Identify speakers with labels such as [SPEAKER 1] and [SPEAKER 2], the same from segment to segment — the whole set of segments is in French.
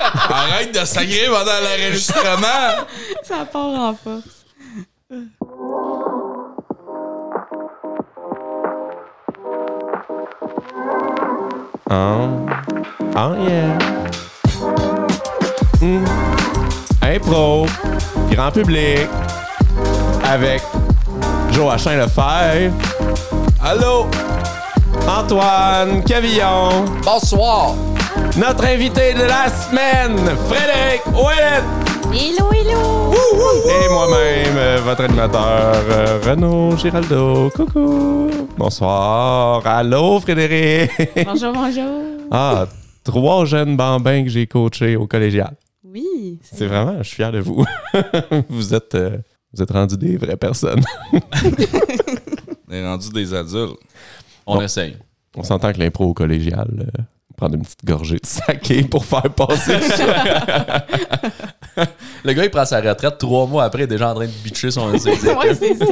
[SPEAKER 1] Arrête de sacrer pendant l'enregistrement!
[SPEAKER 2] Ça part en force.
[SPEAKER 3] Oh. Oh yeah. Hmm. Impro. Grand public. Avec Joachim Lefebvre,
[SPEAKER 1] Allô?
[SPEAKER 3] Antoine Cavillon,
[SPEAKER 1] Bonsoir!
[SPEAKER 3] notre invité de la semaine, Frédéric Ouellet
[SPEAKER 2] Hello, hello!
[SPEAKER 3] et moi-même, euh, votre animateur, euh, Renaud Giraldo. Coucou! Bonsoir! Allô, Frédéric!
[SPEAKER 2] Bonjour, bonjour!
[SPEAKER 3] Ah, trois jeunes bambins que j'ai coachés au collégial.
[SPEAKER 2] Oui,
[SPEAKER 3] C'est vraiment, je suis fier de vous. vous êtes, euh, vous êtes rendus des vraies personnes.
[SPEAKER 1] On est rendu des adultes.
[SPEAKER 4] On
[SPEAKER 3] Bon.
[SPEAKER 4] essaye.
[SPEAKER 3] On s'entend que l'impro au collégial, euh, prendre une petite gorgée de saké pour faire passer ça.
[SPEAKER 4] Le gars, il prend sa retraite trois mois après, il est déjà en train de bitcher son ses
[SPEAKER 2] c'est
[SPEAKER 4] équipes.
[SPEAKER 2] ouais, c'est ça.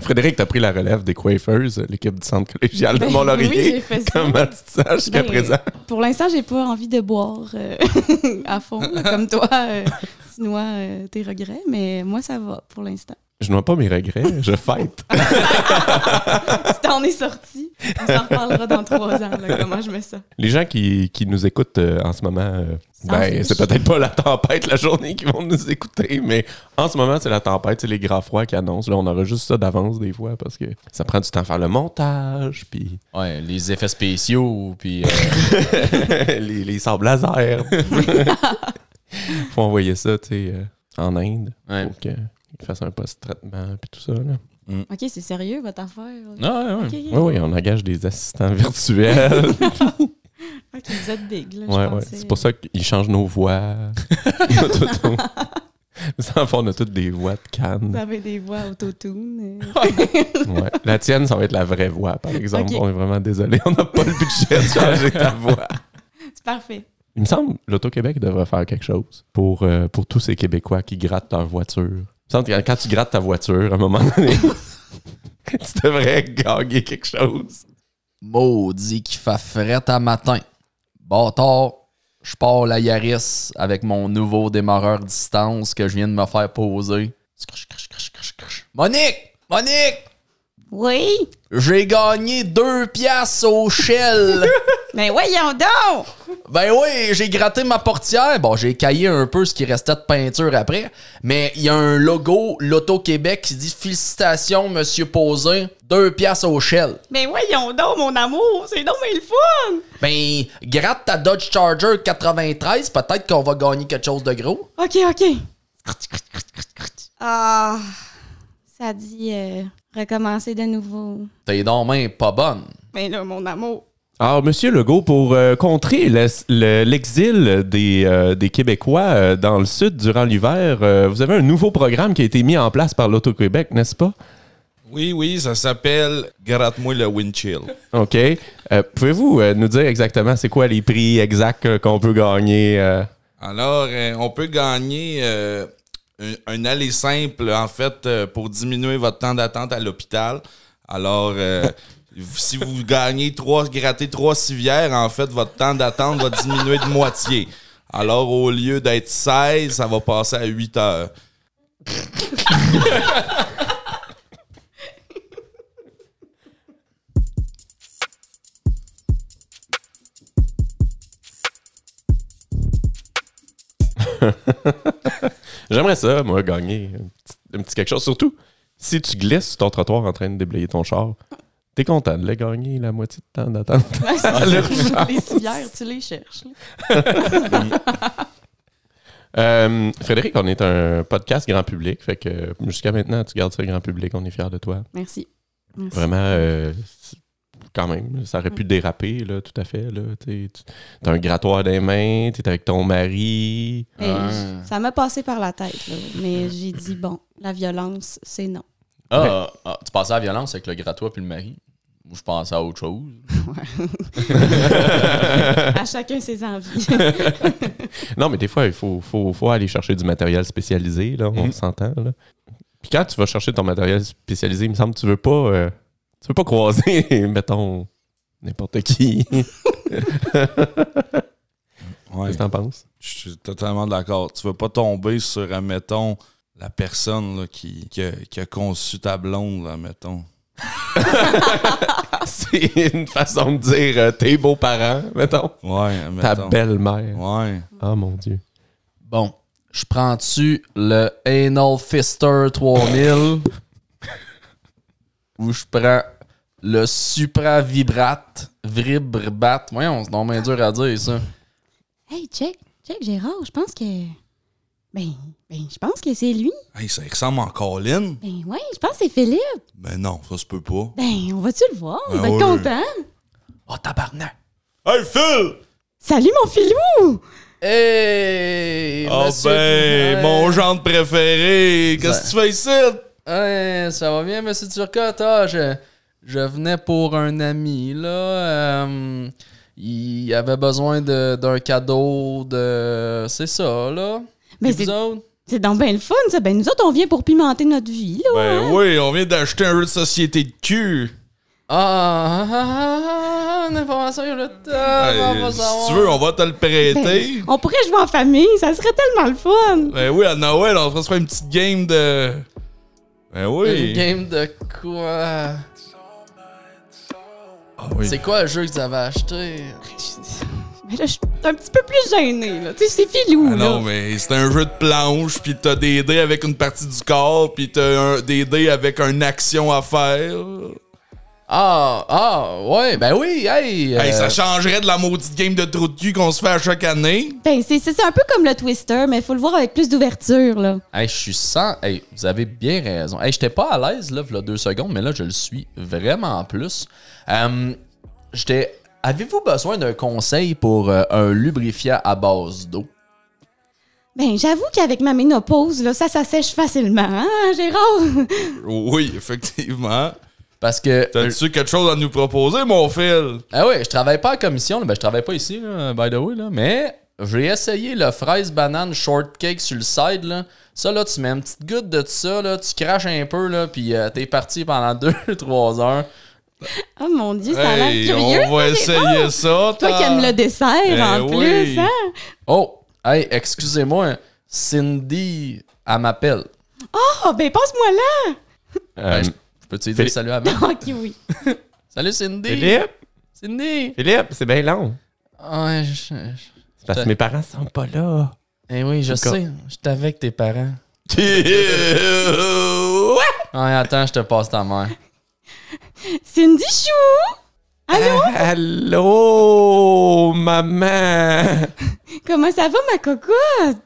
[SPEAKER 3] Frédéric, t'as pris la relève des Quafers, l'équipe du centre collégial de Mont-Laurier.
[SPEAKER 2] Ben Oui, j'ai fait ça.
[SPEAKER 3] Comment tu te sens jusqu'à
[SPEAKER 2] Ben,
[SPEAKER 3] présent?
[SPEAKER 2] Pour l'instant, j'ai pas envie de boire euh, à fond, là, comme toi, euh, sinon euh, tes regrets, mais moi, ça va pour l'instant.
[SPEAKER 3] Je n'ai pas mes regrets, je fête.
[SPEAKER 2] Si t'en es sorti, on s'en reparlera dans trois ans, là, comment je me sens.
[SPEAKER 3] Les gens qui, qui nous écoutent euh, en ce moment, euh,
[SPEAKER 2] Sans
[SPEAKER 3] ben,
[SPEAKER 2] fiche.
[SPEAKER 3] c'est peut-être pas la tempête la journée qui vont nous écouter, mais en ce moment, c'est la tempête, c'est les grands froids qui annoncent. Là, on aura juste ça d'avance des fois parce que ça prend du temps à faire le montage, puis
[SPEAKER 4] Ouais, les effets spéciaux, puis euh,
[SPEAKER 3] les, les sables laser. Faut envoyer ça, tu sais, euh, en Inde
[SPEAKER 4] Ouais.
[SPEAKER 3] pour qu'ils fassent un post-traitement, puis tout ça. Là.
[SPEAKER 2] Ok, c'est sérieux, votre affaire? là?
[SPEAKER 4] Ah, ouais, ouais.
[SPEAKER 2] Ok, ok.
[SPEAKER 3] Oui, oui, on engage des assistants virtuels.
[SPEAKER 2] Ok, vous êtes big,
[SPEAKER 3] Ouais,
[SPEAKER 2] là, je
[SPEAKER 3] ouais.
[SPEAKER 2] pensais. euh,
[SPEAKER 3] C'est pour ça qu'ils changent nos voix. Tout, tout. Ça, en fait, on a toutes des voix de
[SPEAKER 2] Vous
[SPEAKER 3] canne.
[SPEAKER 2] avez des voix autotune. euh.
[SPEAKER 3] Ouais. La tienne, ça va être la vraie voix, par exemple.
[SPEAKER 2] Ok.
[SPEAKER 3] On est vraiment désolé, on n'a pas le budget de changer ta voix.
[SPEAKER 2] C'est parfait.
[SPEAKER 3] Il me semble que l'Auto-Québec devrait faire quelque chose pour, euh, pour tous ces Québécois qui grattent leur voiture. Il me semble que quand tu grattes ta voiture, à un moment donné, tu devrais gagner quelque chose.
[SPEAKER 4] Maudit qui fait fret à matin. Bâtard, je pars la Yaris avec mon nouveau démarreur distance que je viens de me faire poser. Scratch, scratch, scratch, scratch, scratch. Monique! Monique!
[SPEAKER 2] Oui!
[SPEAKER 4] J'ai gagné deux piastres au Shell!
[SPEAKER 2] Mais voyons donc!
[SPEAKER 4] Ben oui, j'ai gratté ma portière. Bon, j'ai caillé un peu ce qui restait de peinture après. Mais il y a un logo, l'Auto-Québec, qui dit Félicitations, Monsieur Posin, deux piastres au Shell.
[SPEAKER 2] Mais voyons donc, mon amour! C'est donc mais le fun!
[SPEAKER 4] Ben, gratte ta Dodge Charger 93, peut-être qu'on va gagner quelque chose de gros.
[SPEAKER 2] Ok, ok. Ah! Ça dit euh, recommencer de nouveau.
[SPEAKER 4] T'es donc main pas bonne.
[SPEAKER 2] Mais là, mon amour.
[SPEAKER 3] Alors, Monsieur Legault, pour euh, contrer l'es- le- l'exil des, euh, des Québécois euh, dans le Sud durant l'hiver, euh, vous avez un nouveau programme qui a été mis en place par l'Auto-Québec, n'est-ce pas?
[SPEAKER 1] Oui, oui, ça s'appelle Gratte-moi le windshield.
[SPEAKER 3] OK. Euh, Pouvez-vous euh, nous dire exactement c'est quoi les prix exacts euh, qu'on peut gagner? euh?
[SPEAKER 1] Alors, euh, on peut gagner euh, un, un aller simple, en fait, euh, pour diminuer votre temps d'attente à l'hôpital. Alors, euh, si vous gagnez trois, grattez trois civières, en fait, votre temps d'attente va diminuer de moitié. Alors, au lieu d'être 16, ça va passer à 8 heures.
[SPEAKER 3] J'aimerais ça, moi, gagner un petit, un petit quelque chose. Surtout, si tu glisses sur ton trottoir en train de déblayer ton char, t'es content de le gagner la moitié de temps d'attente.
[SPEAKER 2] les civières, tu les cherches. là.
[SPEAKER 3] Euh, Frédéric, on est un podcast grand public. Fait que jusqu'à maintenant, tu gardes ça grand public. On est fiers de toi.
[SPEAKER 2] Merci. Merci.
[SPEAKER 3] Vraiment, euh, c'est- quand même, ça aurait pu déraper, là, tout à fait. Là. T'es- tu- T'as un grattoir des mains, t'es avec ton mari.
[SPEAKER 2] Hey, j- ça m'a passé par la tête, là, mais j'ai dit, bon, la violence, c'est non.
[SPEAKER 4] Ah, ah, ah, tu passais à la violence avec le gratois puis le mari. Moi, je pensais à autre chose.
[SPEAKER 2] À chacun ses envies.
[SPEAKER 3] Non, mais des fois, il faut, faut, faut aller chercher du matériel spécialisé, là, on s'entend. là. Puis quand tu vas chercher ton matériel spécialisé, il me semble que tu veux pas, euh, tu veux pas croiser, mettons, n'importe qui.
[SPEAKER 1] On, Ouais.
[SPEAKER 3] Qu'est-ce que t'en penses?
[SPEAKER 1] Je suis totalement d'accord. Tu veux pas tomber sur, admettons, la personne là, qui, qui a, qui a conçu ta blonde, là, admettons.
[SPEAKER 3] C'est une façon de dire euh, tes beaux-parents, mettons.
[SPEAKER 1] Ouais,
[SPEAKER 3] Ta
[SPEAKER 1] admettons.
[SPEAKER 3] belle-mère.
[SPEAKER 1] Ouais.
[SPEAKER 3] Ah mon dieu.
[SPEAKER 4] Bon, je prends-tu le Anal Fister 3000 ou je prends le Supravibrate Vibrbat. Voyons, c'est donc bien dur à dire ça.
[SPEAKER 2] Hey, check, check, Gérard, je pense que. Ben, ben, je pense que c'est lui.
[SPEAKER 1] Hey, ça ressemble en colline?
[SPEAKER 2] Ben, ouais, je pense que c'est Philippe.
[SPEAKER 1] Ben non, ça se peut pas.
[SPEAKER 2] Ben, on va-tu le voir? On
[SPEAKER 1] Ben
[SPEAKER 2] va être
[SPEAKER 1] oui.
[SPEAKER 2] content.
[SPEAKER 4] Oh, tabarnak!
[SPEAKER 1] Hey, Phil!
[SPEAKER 2] Salut, mon filou!
[SPEAKER 4] Hey!
[SPEAKER 1] Oh
[SPEAKER 4] monsieur-
[SPEAKER 1] ben,
[SPEAKER 4] Hey!
[SPEAKER 1] mon genre préféré! Qu'est-ce que tu fais ici?
[SPEAKER 4] Hey, ça va bien, monsieur Turcotte? Ah, je, je venais pour un ami, là. Euh, il avait besoin de- d'un cadeau de... C'est ça, là.
[SPEAKER 2] Mais
[SPEAKER 4] Et vous
[SPEAKER 2] c'est-
[SPEAKER 4] autres?
[SPEAKER 2] C'est donc ben le fun, ça. Ben, nous autres, on vient pour pimenter notre vie, là.
[SPEAKER 1] Ben oui, on vient d'acheter un jeu de société de cul.
[SPEAKER 4] Ah, ah, ah, ah, une information, il y a le temps, Ah, on va
[SPEAKER 1] Hey,
[SPEAKER 4] savoir.
[SPEAKER 1] si tu veux, on va te le prêter.
[SPEAKER 2] Ben, on pourrait jouer en famille, ça serait tellement le fun.
[SPEAKER 1] Ben oui, à Noël, on va se faire une petite game de. Ben
[SPEAKER 4] Une
[SPEAKER 1] oui.
[SPEAKER 4] game de quoi?
[SPEAKER 1] Ah oui.
[SPEAKER 4] C'est quoi le jeu que tu avais acheté?
[SPEAKER 2] Mais là, je suis un petit peu plus gênée, là. Tu sais, c'est filou,
[SPEAKER 1] Ah
[SPEAKER 2] là.
[SPEAKER 1] non, mais c'est un jeu de planche, puis t'as des dés avec une partie du corps, puis t'as un- des dés avec une action à faire.
[SPEAKER 4] Ah, ah, ouais, ben oui, hey!
[SPEAKER 1] Hey,
[SPEAKER 4] euh,
[SPEAKER 1] ça changerait de la maudite game de trou de cul qu'on se fait à chaque année.
[SPEAKER 2] Ben, c'est c'est- c'est un peu comme le Twister, mais faut le voir avec plus d'ouverture, là.
[SPEAKER 4] Hey, je suis sans. Hey, vous avez bien raison. Hey, j'étais pas à l'aise, là, v'là deux secondes, mais là, je le suis vraiment plus. Euh, j'étais. Avez-vous besoin d'un conseil pour euh, un lubrifiant à base d'eau?
[SPEAKER 2] Ben, j'avoue qu'avec ma ménopause, là, ça s'assèche facilement, hein, Gérard?
[SPEAKER 1] Oui, effectivement.
[SPEAKER 4] Parce que.
[SPEAKER 1] T'as-tu quelque chose à nous proposer, mon Phil?
[SPEAKER 4] Ah ouais, je travaille pas en commission, là. ben, je travaille pas ici, là, by the way, là, mais j'ai essayé le fraise banane shortcake sur le side. Là. Ça, là, tu mets une petite goutte de ça, là, tu craches un peu, là, puis euh, t'es parti pendant 2-3 heures.
[SPEAKER 2] Oh mon Dieu, ça a l'air
[SPEAKER 1] Hey,
[SPEAKER 2] curieux.
[SPEAKER 1] on va
[SPEAKER 2] ça, c'est bon.
[SPEAKER 1] essayer ça.
[SPEAKER 2] Toi qui
[SPEAKER 1] t'as-
[SPEAKER 2] aimes le dessert,
[SPEAKER 1] Eh
[SPEAKER 2] en
[SPEAKER 1] oui.
[SPEAKER 2] plus, hein?
[SPEAKER 4] Oh, hey, excusez-moi, Cindy, elle m'appelle.
[SPEAKER 2] Oh, ben, passe-moi là!
[SPEAKER 4] Ben,
[SPEAKER 3] Euh,
[SPEAKER 4] je je peux te dire
[SPEAKER 3] Philippe-
[SPEAKER 4] salut avant?
[SPEAKER 2] Ok, oui.
[SPEAKER 4] Salut Cindy!
[SPEAKER 3] Philippe,
[SPEAKER 4] Cindy!
[SPEAKER 3] Philippe, c'est bien long.
[SPEAKER 4] Ah, je- je- je-
[SPEAKER 3] C'est parce que mes parents sont pas là.
[SPEAKER 4] Eh oui, je
[SPEAKER 3] Encore.
[SPEAKER 4] sais, j'étais avec tes parents.
[SPEAKER 1] Ouais.
[SPEAKER 4] Ah, attends, je te passe ta mère.
[SPEAKER 2] Cindy Chou! Allô?
[SPEAKER 3] Allô, maman.
[SPEAKER 2] Comment ça va, ma cocotte?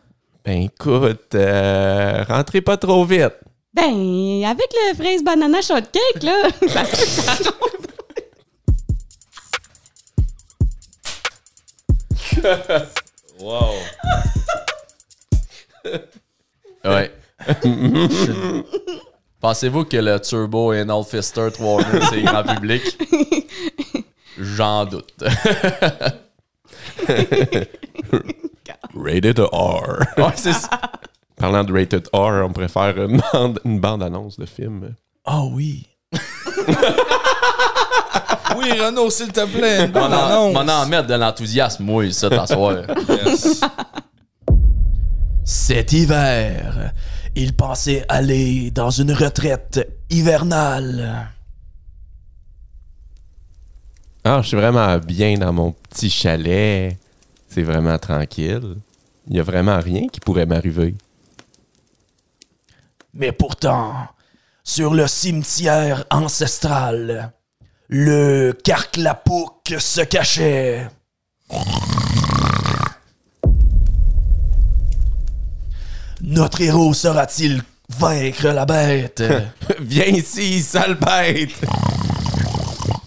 [SPEAKER 3] Ben écoute, euh, rentrez pas trop vite.
[SPEAKER 2] Ben, avec le fraise banana shortcake, là, ça serait ça.
[SPEAKER 1] Wow.
[SPEAKER 4] Ouais. Je- Pensez-vous que le Turbo et Anal Fister 3000, c'est grand public? J'en doute.
[SPEAKER 3] Rated R.
[SPEAKER 4] Ouais, c'est ça.
[SPEAKER 3] Parlant de rated R, on préfère une bande, une bande annonce de film.
[SPEAKER 4] Oh oui.
[SPEAKER 1] Oui, Renaud, s'il te plaît. une
[SPEAKER 4] On
[SPEAKER 1] bonne
[SPEAKER 4] en,
[SPEAKER 1] annonce.
[SPEAKER 4] m'en en mettre de l'enthousiasme, moi, ça, t'en soir.
[SPEAKER 1] Yes.
[SPEAKER 5] Cet hiver, il pensait aller dans une retraite hivernale.
[SPEAKER 3] Ah, je suis vraiment bien dans mon petit chalet. C'est vraiment tranquille. Il y a vraiment rien qui pourrait m'arriver.
[SPEAKER 5] Mais pourtant, sur le cimetière ancestral, le carclapouk se cachait. Notre héros saura-t-il vaincre la bête?
[SPEAKER 3] Viens ici, sale bête!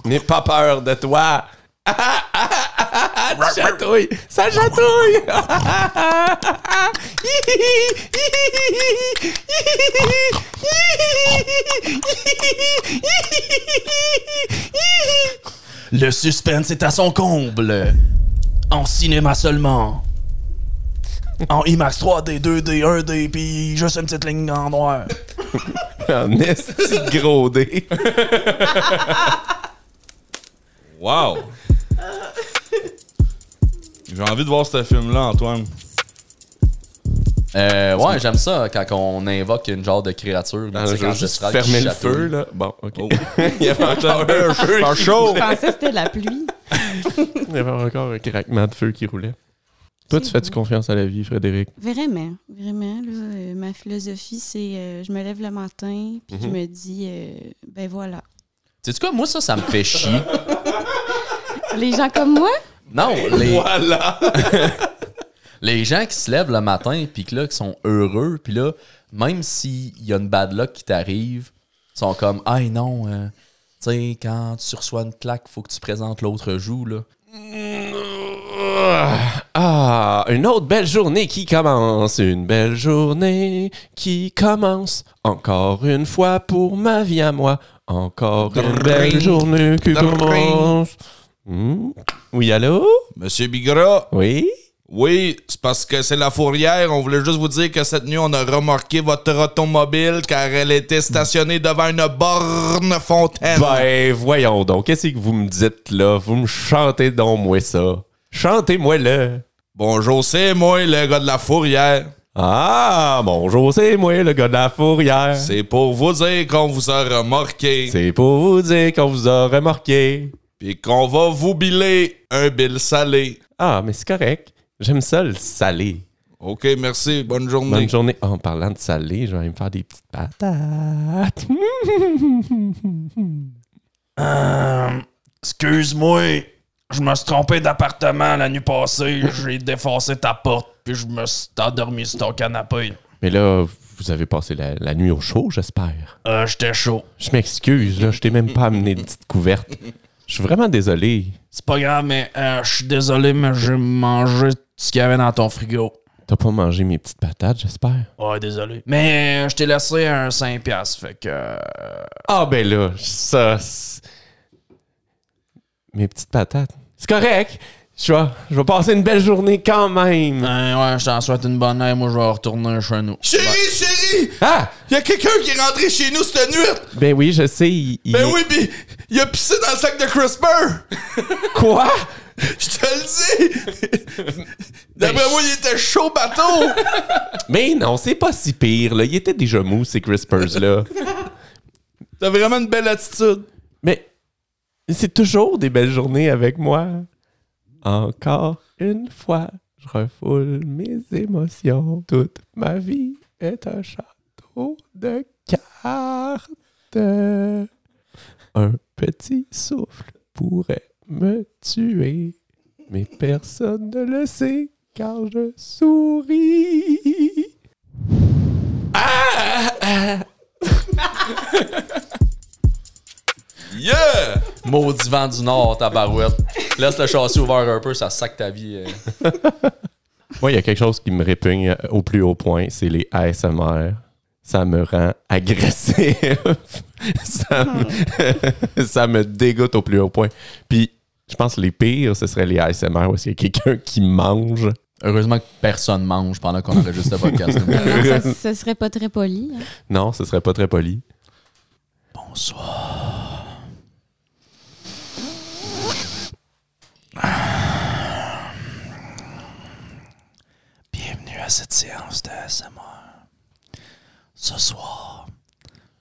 [SPEAKER 3] N'aie pas peur de toi! Ah, ah, ah, ah, ah, tu chatouilles! Ça chatouille! Ah, ah, ah, ah, ah. Hi, hi, hi, hi, hi, hi, hi, hi, hi, hi, hi, hi, hi, hi, hi, hi, hi, hi,
[SPEAKER 5] Le suspense est à son comble. En cinéma seulement. En IMAX 3D, 2D, 1D, puis juste une petite ligne en noir.
[SPEAKER 3] hi. Un esti de gros dé.
[SPEAKER 1] Wow. J'ai envie de voir ce film-là, Antoine.
[SPEAKER 4] Euh, ouais, j'aime ça quand on invoque une genre de créature.
[SPEAKER 3] Non, Ah, je veux juste fermer le feu, là. Bon, OK.
[SPEAKER 1] Oh.
[SPEAKER 3] Il y avait encore un feu.
[SPEAKER 1] Pas
[SPEAKER 3] qui-
[SPEAKER 1] chaud!
[SPEAKER 2] Je pensais que c'était la pluie.
[SPEAKER 3] Il y avait encore un craquement de feu qui roulait. Toi, tu
[SPEAKER 2] C'est
[SPEAKER 3] fais-tu
[SPEAKER 2] bon.
[SPEAKER 3] confiance à la vie, Frédéric?
[SPEAKER 2] Vraiment, vraiment. Là, euh, ma philosophie, c'est euh, je me lève le matin, puis je
[SPEAKER 3] Mhm.
[SPEAKER 2] me dis, euh, ben voilà.
[SPEAKER 4] Tu sais quoi, moi, ça, ça me fait chier.
[SPEAKER 2] Les gens comme moi,
[SPEAKER 4] Non, les,
[SPEAKER 3] Voilà!
[SPEAKER 4] les gens qui se lèvent le matin, puis que là, qui sont heureux, puis là, même s'il y a une bad luck qui t'arrive, ils sont comme, ah non, euh, tu sais, quand tu reçois une plaque, faut que tu présentes l'autre joue, là.
[SPEAKER 3] Ah, une autre belle journée qui commence, une belle journée qui commence. Encore une fois pour ma vie à moi, encore une belle journée qui commence. Hmm? Oui, allô?
[SPEAKER 1] Monsieur Bigra,
[SPEAKER 3] Oui?
[SPEAKER 1] oui, c'est parce que c'est la fourrière. On voulait juste vous dire que cette nuit, on a remorqué votre automobile car elle était stationnée devant une borne fontaine.
[SPEAKER 3] Ben, voyons donc, qu'est-ce que vous me dites là? Vous me chantez donc moi ça. Chantez-moi le.
[SPEAKER 1] Bonjour, c'est moi, le gars de la fourrière.
[SPEAKER 3] Ah, bonjour, c'est moi, le gars de la fourrière.
[SPEAKER 1] C'est pour vous dire qu'on vous a remorqué.
[SPEAKER 3] C'est pour vous dire qu'on vous a remarqué.
[SPEAKER 1] Puis qu'on va vous biller un bill salé.
[SPEAKER 3] Ah, mais c'est correct. J'aime ça, le salé.
[SPEAKER 1] OK, merci. Bonne journée.
[SPEAKER 3] Bonne journée. Oh, en parlant de salé, je vais aller me faire des petites patates.
[SPEAKER 5] Euh, Excuse-moi, je me suis trompé d'appartement la nuit passée. J'ai défoncé ta porte, puis je me suis endormi sur ton canapé.
[SPEAKER 3] Mais là, vous avez passé la, la nuit au chaud, j'espère.
[SPEAKER 5] Euh, J'étais chaud.
[SPEAKER 3] Je m'excuse, là, je t'ai même pas amené de petite couverte. Je suis vraiment désolé.
[SPEAKER 5] C'est pas grave, mais euh, je suis désolé, mais j'ai mangé ce qu'il y avait dans ton frigo.
[SPEAKER 3] T'as pas mangé mes petites patates, j'espère?
[SPEAKER 5] Ouais, désolé. Mais euh, je t'ai laissé un 5$, piastres, fait que. euh,
[SPEAKER 3] Ah, ben là, ça. c'est- Mes petites patates. C'est correct! Je vais, je vais passer une belle journée quand même!
[SPEAKER 5] euh, ouais, je t'en souhaite une bonne heure. Moi, je vais retourner chez nous.
[SPEAKER 1] Chérie, chérie!
[SPEAKER 3] Ah!
[SPEAKER 1] Il y a quelqu'un qui est rentré chez nous cette nuit!
[SPEAKER 3] Ben oui, je sais, il. il
[SPEAKER 1] Ben
[SPEAKER 3] est-
[SPEAKER 1] oui, pis il a pissé dans le sac de CRISPR!
[SPEAKER 3] Quoi?
[SPEAKER 1] Je te le dis! D'après moi, il était chaud bateau!
[SPEAKER 3] Mais non, c'est pas si pire, là. Il était déjà mou, ces crispers-là.
[SPEAKER 1] T'as vraiment une belle attitude.
[SPEAKER 3] Mais c'est toujours des belles journées avec moi. Encore une fois, je refoule mes émotions. Toute ma vie est un château de cartes. Un petit souffle pourrait me tuer, mais personne ne le sait car je souris.
[SPEAKER 1] Yeah!
[SPEAKER 4] Maudit vent du Nord, ta barouette. Laisse le châssis ouvert un peu, ça sac ta vie. euh.
[SPEAKER 3] Moi, il y a quelque chose qui me répugne euh, au plus haut point, c'est les ASMR. Ça me rend agressif. ça, me, ça me dégoûte au plus haut point. Puis, je pense que les pires, ce serait les ASMR où est-ce qu'il y a quelqu'un qui mange.
[SPEAKER 4] Heureusement que personne mange pendant qu'on enregistre le podcast. nous.
[SPEAKER 2] non, ben, ça, ça serait pas très poli. hein.
[SPEAKER 3] Non, ce serait pas très poli.
[SPEAKER 5] Bienvenue à cette séance de ASMR. Ce soir,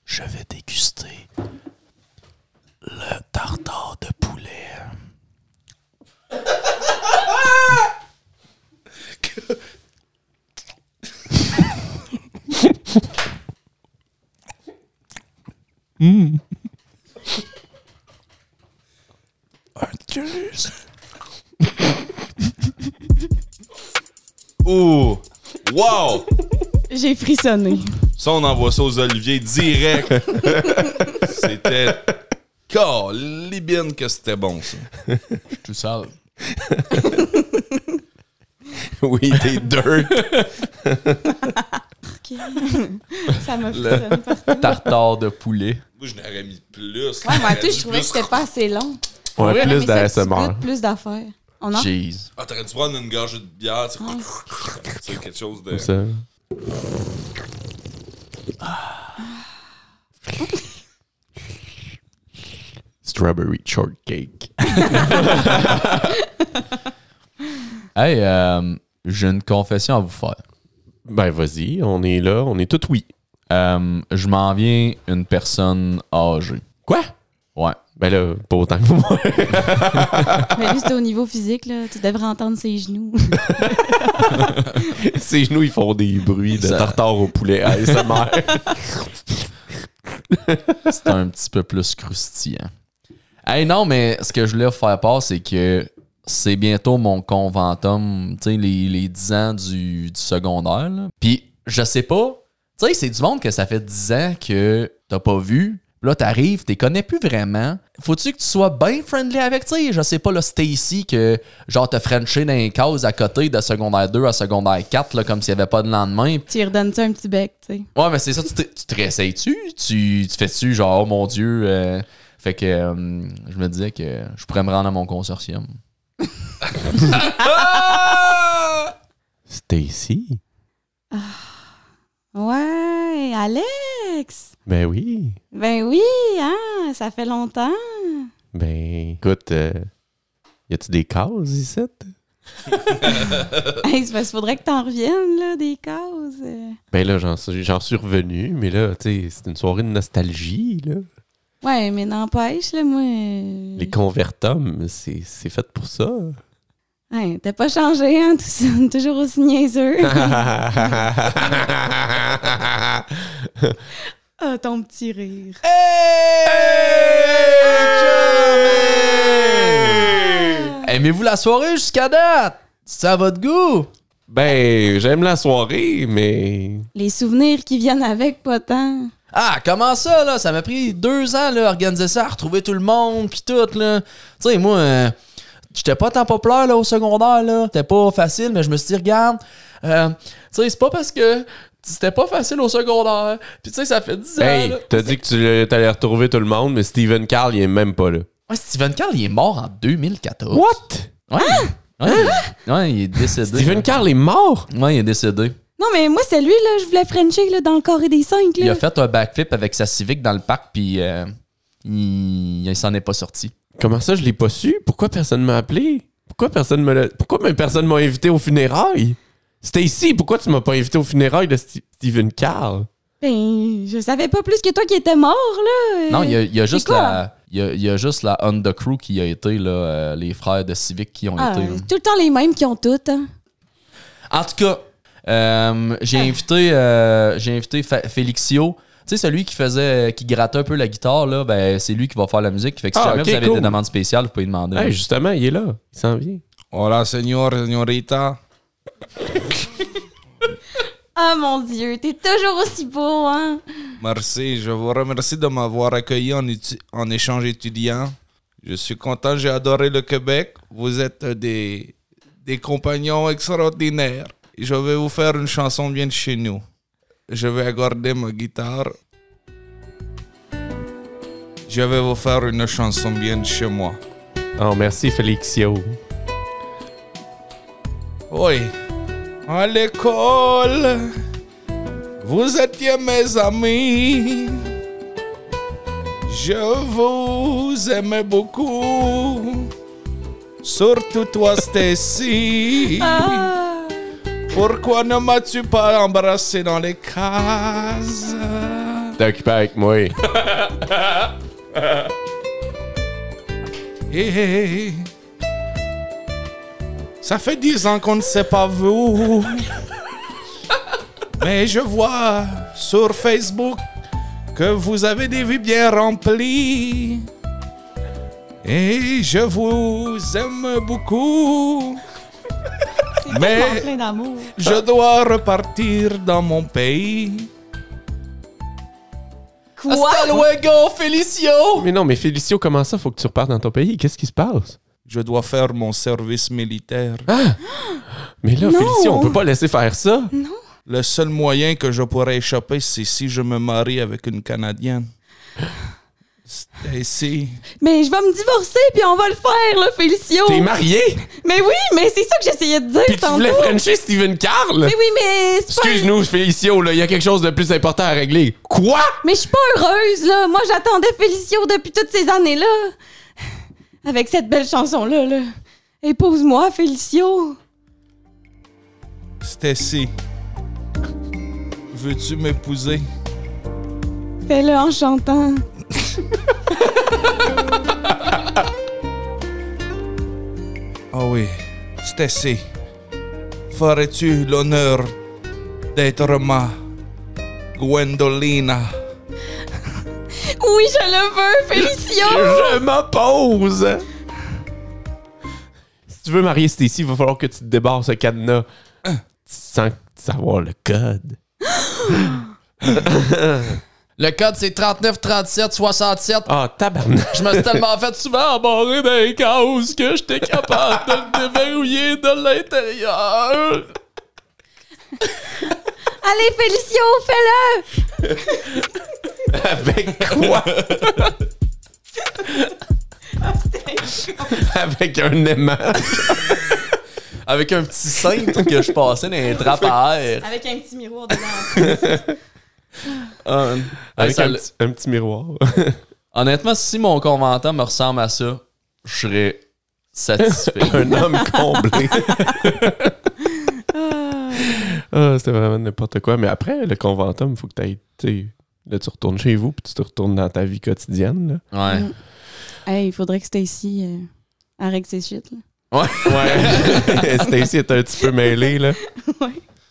[SPEAKER 5] je vais déguster le tartare de poulet. Un curieux.
[SPEAKER 1] Ouh! Wow!
[SPEAKER 2] J'ai frissonné.
[SPEAKER 1] Ça, on envoie ça aux oliviers direct. c'était... Calibine que c'était bon, ça.
[SPEAKER 4] Je suis tout seul.
[SPEAKER 3] oui, t'es dirt.
[SPEAKER 2] Ok. ça m'a frissonné. par-
[SPEAKER 4] Tartare de poulet.
[SPEAKER 1] Moi, je n'aurais mis plus.
[SPEAKER 2] Ouais, mais Ah, en tout, je trouvais que c'était pas assez long.
[SPEAKER 3] On a
[SPEAKER 2] Ouais, mais
[SPEAKER 3] plus
[SPEAKER 2] ça, hein? tu
[SPEAKER 3] d'ASMR.
[SPEAKER 2] goûtes Plus d'affaires. On en
[SPEAKER 4] Cheese.
[SPEAKER 1] Ah, t'aurais dû prendre une gorgée de bière,
[SPEAKER 2] Ah,
[SPEAKER 1] tu sais. C'est quelque chose de...
[SPEAKER 3] Ça. Strawberry shortcake.
[SPEAKER 4] Hey, euh, j'ai une confession à vous faire.
[SPEAKER 3] Ben, vas-y, on est là, on est tout oui.
[SPEAKER 4] Euh, je m'en viens une personne âgée.
[SPEAKER 3] Quoi?
[SPEAKER 4] Ouais.
[SPEAKER 3] Ben là, pas autant que moi.
[SPEAKER 2] Mais lui, c'était au niveau physique, là. Tu devrais entendre ses genoux.
[SPEAKER 3] Ses genoux, ils font des bruits de
[SPEAKER 4] Ça-
[SPEAKER 3] tartare au poulet ASMR.
[SPEAKER 4] C'est un petit peu plus croustillant. Hey, non, mais ce que je voulais vous faire part, c'est que c'est bientôt mon conventum, tu sais, les, les 10 ans du, du secondaire. là. Puis, je sais pas, tu sais, c'est du monde que ça fait 10 ans que t'as pas vu. Là, t'arrives, t'es connais plus vraiment. Faut-tu que tu sois bien friendly avec, tu sais, je sais pas, là, Stacy, que genre t'as frenché dans les cases à côté de secondaire 2 à secondaire 4, là, comme s'il y avait pas de lendemain.
[SPEAKER 2] tu lui redonnes-tu un petit bec, tu sais.
[SPEAKER 4] Ouais, mais c'est ça, tu te, tu te réessayes-tu? Tu, tu fais-tu genre, oh mon Dieu? euh, fait que euh, je me disais que je pourrais me rendre à mon consortium.
[SPEAKER 3] Stacy?
[SPEAKER 2] Ouais, Alex!
[SPEAKER 3] Ben oui.
[SPEAKER 2] Ben oui, hein, ça fait longtemps.
[SPEAKER 4] Euh.
[SPEAKER 3] Ben, écoute, euh, y a-tu des cases ici?
[SPEAKER 2] Hey, c'est parce qu'il faudrait que t'en reviennes, là, des causes. Euh,
[SPEAKER 3] Ben là, j'en suis j'en suis revenu, mais là, tu sais, c'est une soirée de nostalgie, là.
[SPEAKER 2] Ouais, mais n'empêche, là, moi. euh,
[SPEAKER 3] Les convertums, c'est c'est fait pour ça.
[SPEAKER 2] Hey, t'as pas changé, hein, tout ça. Toujours aussi niaiseux. Ah, ton petit rire.
[SPEAKER 4] Aimez-vous la soirée jusqu'à date? Ça à votre goût?
[SPEAKER 3] ben, j'aime la soirée, mais
[SPEAKER 2] Les souvenirs qui viennent avec, pas tant.
[SPEAKER 4] Ah, comment ça, là? Ça m'a pris deux ans, là, organiser ça, retrouver tout le monde, pis tout, là. Tu sais, moi, euh, j'étais pas tant populaire, là, au secondaire, là. C'était pas facile, mais je me suis dit, regarde, euh, tu sais, c'est pas parce que c'était pas facile au secondaire, pis tu sais, ça fait dix ans,
[SPEAKER 3] Hey,
[SPEAKER 4] Ah, là.
[SPEAKER 3] t'as dit que tu le- t'allais retrouver tout le monde, mais Steven Carl, il est même pas là.
[SPEAKER 4] Ouais, Steven Carl, il est mort en 2014.
[SPEAKER 3] What?
[SPEAKER 4] Ouais.
[SPEAKER 2] Hein?
[SPEAKER 4] Ouais, il- ouais, il est décédé.
[SPEAKER 3] Steven Carl est mort?
[SPEAKER 4] Ouais, il est décédé.
[SPEAKER 2] Non, mais moi, c'est lui, là, je voulais Frencher, là, dans le carré des cinq, là.
[SPEAKER 4] Il a fait un backflip avec sa Civic dans le parc, puis euh, il, il s'en est pas sorti.
[SPEAKER 3] Comment ça, je l'ai pas su? Pourquoi personne m'a appelé? Pourquoi personne me l'a- Pourquoi même personne m'a invité au funérailles? Stacy, pourquoi tu m'as pas invité au funérailles de Sti- Steven Carl?
[SPEAKER 2] Ben, je savais pas plus que toi qui étais mort, là. Euh,
[SPEAKER 4] Non, il y a, il y a juste
[SPEAKER 2] quoi?
[SPEAKER 4] la. Il y a, il y a juste la Honda Crew qui a été, là, euh, les frères de Civic qui ont
[SPEAKER 2] Ah,
[SPEAKER 4] été.
[SPEAKER 3] hein.
[SPEAKER 4] là.
[SPEAKER 2] tout le temps les mêmes qui ont toutes. hein.
[SPEAKER 4] En tout cas, euh,
[SPEAKER 2] Ah.
[SPEAKER 4] j'ai invité, euh, j'ai invité Fa- Félixio. Tu sais, celui qui faisait, qui grattait un peu la guitare, là, ben, c'est lui qui va faire la musique. Fait que si
[SPEAKER 3] Ah,
[SPEAKER 4] jamais
[SPEAKER 3] ok,
[SPEAKER 4] vous avez
[SPEAKER 3] cool.
[SPEAKER 4] des demandes spéciales, vous pouvez lui demander.
[SPEAKER 3] Hey, justement, il est là. Il s'en vient.
[SPEAKER 1] Hola, señor, señorita.
[SPEAKER 2] Ah, mon Dieu, t'es toujours aussi beau, hein.
[SPEAKER 1] Merci, je vous remercie de m'avoir accueilli en, uti- en échange étudiant. Je suis content, j'ai adoré le Québec. Vous êtes des, des compagnons extraordinaires. Je vais vous faire une chanson bien de chez nous. Je vais accorder ma guitare. Je vais vous faire une chanson bien de chez moi.
[SPEAKER 3] Oh, merci, Félixio.
[SPEAKER 1] Oui. À l'école, vous étiez mes amis. Je vous aimais beaucoup. Surtout toi, Stacy.
[SPEAKER 2] Ah.
[SPEAKER 1] Pourquoi ne m'as-tu pas embrassé dans les cases?
[SPEAKER 3] T'es occupé avec moi.
[SPEAKER 1] Eh, Hey. eh. Ça fait dix ans qu'on ne sait pas vous. Mais je vois sur Facebook que vous avez des vies bien remplies. Et je vous aime beaucoup.
[SPEAKER 2] C'est
[SPEAKER 1] Mais-
[SPEAKER 2] tellement plein d'amour.
[SPEAKER 3] Ah,
[SPEAKER 1] Je dois repartir dans mon pays.
[SPEAKER 2] Quoi?
[SPEAKER 4] luego, Felicio!
[SPEAKER 3] mais non, mais Félixio, comment ça, faut que tu repartes dans ton pays? Qu'est-ce qui se passe?
[SPEAKER 1] Je dois faire mon service militaire.
[SPEAKER 3] Mais là,
[SPEAKER 2] Non.
[SPEAKER 3] Félixio, on peut pas laisser faire ça.
[SPEAKER 1] Le seul moyen que je pourrais échapper, c'est si je me marie avec une Canadienne. Stacy.
[SPEAKER 2] Mais je vais me divorcer, puis on va le faire, là, Félicio.
[SPEAKER 3] T'es marié?
[SPEAKER 2] Mais oui, mais c'est ça que j'essayais de dire
[SPEAKER 3] Puis tu
[SPEAKER 2] tantôt.
[SPEAKER 3] voulais Frencher Steven Carl?
[SPEAKER 2] Mais oui, mais c'est pas...
[SPEAKER 3] Excuse-nous, Félixio, là, il y a quelque chose de plus important à régler. Quoi?
[SPEAKER 2] Mais je suis pas heureuse, là. Moi, j'attendais Félicio depuis toutes ces années-là. Avec cette belle chanson-là, là. Épouse-moi, Félicio.
[SPEAKER 1] Stacy, veux-tu m'épouser?
[SPEAKER 2] Fais-le en chantant.
[SPEAKER 1] Ah oui, Stacy, ferais-tu l'honneur d'être ma Gwendolina?
[SPEAKER 2] Oui, je le veux, Félicio!
[SPEAKER 3] Je m'oppose! Si tu veux marier Stacy, il va falloir que tu te débarres ce cadenas sans savoir le code.
[SPEAKER 4] Le code, c'est 39 37 67.
[SPEAKER 3] Ah, tabarnak!
[SPEAKER 4] Je me suis tellement fait souvent embarrer dans les cases que j'étais capable de le déverrouiller de l'intérieur.
[SPEAKER 2] Allez, Félicio, fais-le!
[SPEAKER 3] Avec quoi? Avec un aimant.
[SPEAKER 4] Ah, Avec un petit cintre que je passais dans les trappes à air.
[SPEAKER 2] Avec un petit miroir dedans.
[SPEAKER 4] Euh,
[SPEAKER 3] Avec
[SPEAKER 4] ça
[SPEAKER 3] un,
[SPEAKER 4] le-
[SPEAKER 3] petit- un petit miroir.
[SPEAKER 4] Honnêtement, si mon conventant me ressemble à ça, je serais satisfait.
[SPEAKER 3] un homme comblé. Ah, c'était vraiment n'importe quoi. Mais après, le conventum, il faut que tu ailles. tu sais, Là, tu retournes chez vous, puis tu te retournes dans ta vie quotidienne. là.
[SPEAKER 4] Ouais.
[SPEAKER 2] hey, il faudrait que Stacy euh, arrête ses shit. là.
[SPEAKER 3] Ouais. Stacy est un petit peu mêlée, là.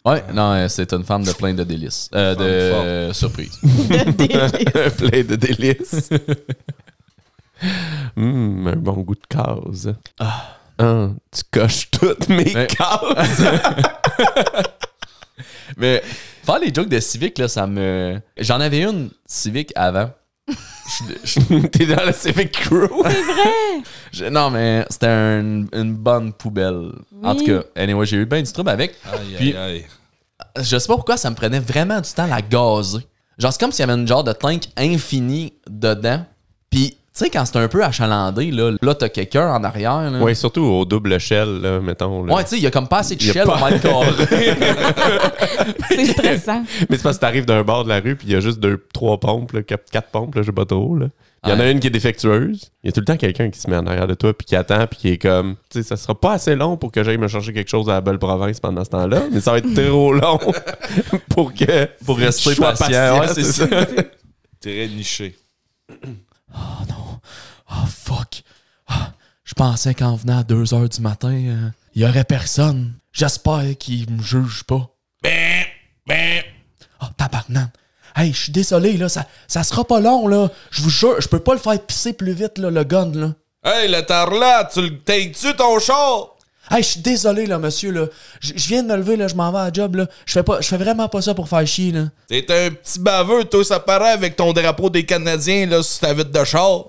[SPEAKER 4] Ouais, non, euh, c'est une femme de plein de délices. Euh, de
[SPEAKER 1] Femme forte.
[SPEAKER 4] euh, surprises.
[SPEAKER 3] Plein de délices. Hum, un bon goût de cause. Hein, tu coches toutes mes
[SPEAKER 4] Ouais.
[SPEAKER 3] cases.
[SPEAKER 4] Mais faire les jokes de civique, là, ça me. J'en avais une civique avant. Je- je-
[SPEAKER 3] T'es dans la Civic Crew.
[SPEAKER 4] je- non, mais c'était un- une bonne poubelle. En tout
[SPEAKER 2] Oui.
[SPEAKER 4] cas, anyway, j'ai eu bien du trouble avec.
[SPEAKER 1] Aïe,
[SPEAKER 4] Puis-
[SPEAKER 1] aïe.
[SPEAKER 4] Je sais pas pourquoi ça me prenait vraiment du temps à la gazer. Genre, c'est comme s'il y avait une genre de tank infini dedans. Puis, tu sais, quand c'est un peu achalandé, là, là t'as quelqu'un en arrière. Là.
[SPEAKER 3] Ouais, surtout au double shell, là, mettons. là.
[SPEAKER 4] Ouais, tu sais, il y a comme pas assez de
[SPEAKER 3] Il y a
[SPEAKER 4] shell au
[SPEAKER 3] pas-
[SPEAKER 4] même carré.
[SPEAKER 2] C'est stressant.
[SPEAKER 3] Mais c'est parce que t'arrives d'un bord de la rue, puis il y a juste deux, trois pompes, là, quatre, quatre pompes, là, je sais pas trop. Là. Il y en a
[SPEAKER 4] Ouais.
[SPEAKER 3] une qui est défectueuse. Il y a tout le temps quelqu'un qui se met en arrière de toi, puis qui attend, puis qui est comme, tu sais, ça sera pas assez long pour que j'aille me chercher quelque chose à la belle province pendant ce temps-là, mais ça va être trop long pour que.
[SPEAKER 4] Pour
[SPEAKER 3] je
[SPEAKER 4] rester
[SPEAKER 3] sois
[SPEAKER 4] patient. ouais, c'est ça.
[SPEAKER 1] Très niché.
[SPEAKER 4] Ah, fuck. Ah, je pensais qu'en venant à 2 heures du matin, euh, il y aurait personne. J'espère qu'ils me jugent pas. Ah, tabarnak. Hey, je suis désolé, là, ça, ça sera pas long, là. Je vous jure, je peux pas le faire pisser plus vite, là, le gun, là.
[SPEAKER 1] Hey, le tarlat, tu le teignes-tu ton char?
[SPEAKER 4] Hey, je suis désolé, là, monsieur, là. Je je viens de me lever, là, je m'en vais à la job, là. Je fais pas, je fais vraiment pas ça pour faire chier, là.
[SPEAKER 1] T'es un petit baveux, toi, ça paraît avec ton drapeau des Canadiens, là, sur ta vitre de char.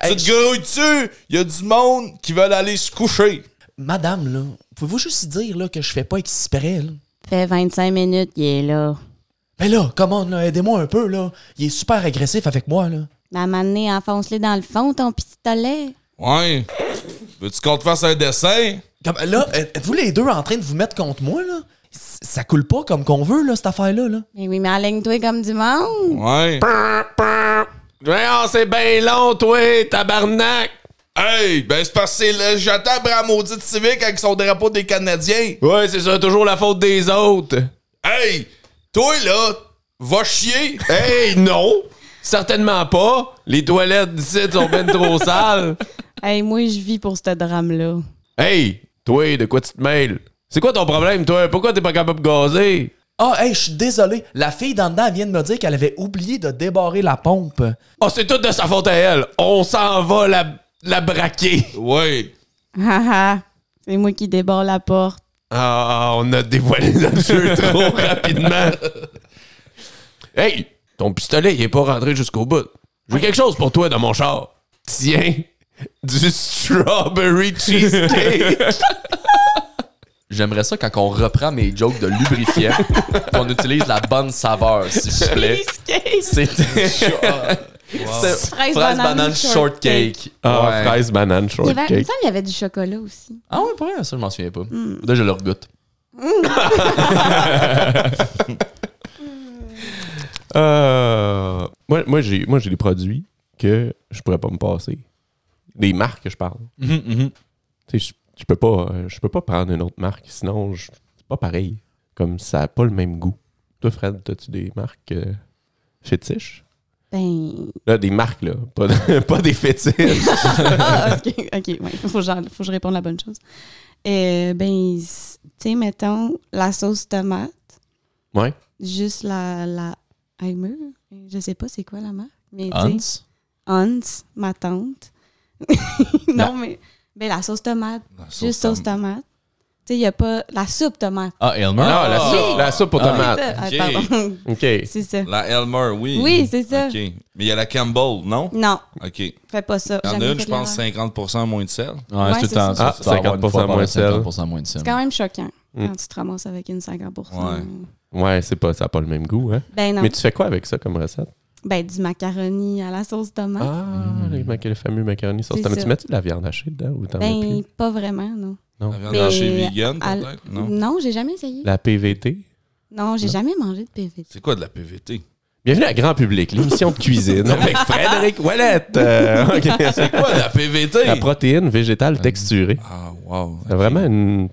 [SPEAKER 4] Hey,
[SPEAKER 1] tu te
[SPEAKER 4] je-
[SPEAKER 1] grouilles dessus, il y a du monde qui veulent aller se coucher.
[SPEAKER 4] Madame, là, pouvez-vous juste dire, là, que je fais pas exprès, là?
[SPEAKER 2] Fait 25 minutes, il est là.
[SPEAKER 4] Mais là, comment, là, aidez-moi un peu, là. Il est super agressif avec moi, là.
[SPEAKER 2] À un moment donné, enfonce-le dans le fond, ton pistolet.
[SPEAKER 1] Ouais. Veux-tu qu'on te fasse un dessin?
[SPEAKER 4] Comme, là, êtes-vous les deux en train de vous mettre contre moi, là? C- Ça coule pas comme qu'on veut, là, cette affaire-là, là.
[SPEAKER 2] Mais oui, mais aligne-toi comme du monde.
[SPEAKER 1] Ouais.
[SPEAKER 3] Voyons, oh, c'est bien long, toi, tabarnak!
[SPEAKER 1] Hey, ben c'est parce que c'est le- j'attends Bram Maudit Civic avec son drapeau des Canadiens.
[SPEAKER 3] Ouais, c'est ça, toujours la faute des autres.
[SPEAKER 1] Hey, toi là, va chier.
[SPEAKER 3] Hey, non! Certainement pas! Les toilettes d'ici sont bien trop sales!
[SPEAKER 2] Hey, moi, je vis pour ce drame-là.
[SPEAKER 3] Hey, toi, de quoi tu te mêles? C'est quoi ton problème, toi? Pourquoi t'es pas capable de gazer?
[SPEAKER 4] Ah, hey, je suis désolé. La fille d'en dedans elle vient de me dire qu'elle avait oublié de débarrer la pompe.
[SPEAKER 3] Oh, c'est tout de sa faute à elle. On s'en va la, la braquer.
[SPEAKER 1] Ouais.
[SPEAKER 2] Haha, c'est moi qui déborde la porte.
[SPEAKER 3] Ah, on a dévoilé notre jeu trop rapidement. Hey, ton pistolet, il est pas rentré jusqu'au bout. J'ai quelque chose pour toi dans mon char. Tiens, du strawberry cheesecake.
[SPEAKER 4] J'aimerais ça quand on reprend mes jokes de lubrifiant, qu'on utilise la bonne saveur, s'il vous plaît. C'était C'était
[SPEAKER 2] Fraise,
[SPEAKER 4] fraise
[SPEAKER 2] banane,
[SPEAKER 4] banane
[SPEAKER 2] shortcake.
[SPEAKER 4] shortcake.
[SPEAKER 3] Ah,
[SPEAKER 4] Ouais.
[SPEAKER 3] fraise banane
[SPEAKER 2] Il y avait, il me
[SPEAKER 3] shortcake.
[SPEAKER 2] semble qu'il y avait du chocolat aussi.
[SPEAKER 4] Ah ouais, pour vrai, ça, je m'en souviens pas. Là, je le regoute.
[SPEAKER 3] Euh, moi, moi, j'ai, moi, j'ai des produits que je pourrais pas me passer. Des marques que je parle. Tu sais, je, je peux pas, euh, je peux pas prendre une autre marque, sinon je- c'est pas pareil. Comme ça n'a pas le même goût. Toi, Fred, as-tu des marques euh, fétiches?
[SPEAKER 2] Ben.
[SPEAKER 3] Là, des marques, là. Pas, pas des fétiches.
[SPEAKER 2] Ah, ok, ok, ouais, faut, que j'en- faut que je réponde la bonne chose. Euh, ben, s- tu sais, mettons la sauce tomate,
[SPEAKER 3] ouais.
[SPEAKER 2] juste la. la Heimer, je sais pas c'est quoi la marque, mais tu sais,
[SPEAKER 4] Hans?
[SPEAKER 2] Hans, ma tante. non, mais ben, la sauce tomate,
[SPEAKER 1] La sauce
[SPEAKER 2] juste sauce tomate. Tu sais, il n'y a pas. La soupe tomate.
[SPEAKER 4] Ah, Elmer?
[SPEAKER 3] Non, la soupe, la soupe aux tomates.
[SPEAKER 2] Ah,
[SPEAKER 1] ok.
[SPEAKER 2] pardon.
[SPEAKER 3] OK.
[SPEAKER 2] c'est ça.
[SPEAKER 1] La Elmer, oui.
[SPEAKER 2] Oui, c'est ça.
[SPEAKER 1] OK. Mais il y a la Campbell, non?
[SPEAKER 2] Non,
[SPEAKER 1] OK. Il
[SPEAKER 2] fais pas ça.
[SPEAKER 1] y en
[SPEAKER 2] Jamais
[SPEAKER 1] a une,
[SPEAKER 2] fait
[SPEAKER 1] je pense,
[SPEAKER 2] l'erreur.
[SPEAKER 1] 50 moins de sel.
[SPEAKER 4] Ouais,
[SPEAKER 2] Ouais,
[SPEAKER 4] c'est tout
[SPEAKER 2] c'est
[SPEAKER 4] le temps
[SPEAKER 2] ça.
[SPEAKER 4] ça.
[SPEAKER 3] Ah,
[SPEAKER 4] Tu
[SPEAKER 3] 50%
[SPEAKER 4] dois avoir une fois par
[SPEAKER 3] moins
[SPEAKER 4] an,
[SPEAKER 3] de sel.
[SPEAKER 4] 50% moins de sel.
[SPEAKER 2] C'est quand même choquant
[SPEAKER 3] Mm.
[SPEAKER 2] quand tu te ramasses avec une 50
[SPEAKER 1] Ouais.
[SPEAKER 3] Ouais, c'est pas, ça n'a pas le même goût, hein?
[SPEAKER 2] Ben non.
[SPEAKER 3] Mais tu fais quoi avec ça comme recette?
[SPEAKER 2] Ben du macaroni à la sauce tomate.
[SPEAKER 3] Ah, le, mac- le fameux macaroni sauce
[SPEAKER 2] C'est
[SPEAKER 3] tomate.
[SPEAKER 2] ça.
[SPEAKER 3] Tu mets-tu de la viande hachée dedans ou t'en mets
[SPEAKER 2] ben
[SPEAKER 3] plus?
[SPEAKER 2] pas vraiment, non.
[SPEAKER 3] Non.
[SPEAKER 1] La viande
[SPEAKER 2] Mais
[SPEAKER 1] hachée vegan,
[SPEAKER 2] à- Mm.
[SPEAKER 1] peut-être?
[SPEAKER 2] Non,
[SPEAKER 1] Non.
[SPEAKER 2] j'ai jamais essayé.
[SPEAKER 3] La PVT?
[SPEAKER 2] Non, j'ai jamais mangé de PVT.
[SPEAKER 1] C'est quoi de la PVT?
[SPEAKER 3] Bienvenue à Grand Public, l'émission de cuisine avec Frédéric Ouellette. Euh, ok.
[SPEAKER 1] C'est quoi de la PVT?
[SPEAKER 3] La protéine végétale texturée.
[SPEAKER 1] Ah, wow.
[SPEAKER 3] Euh, C'est vraiment une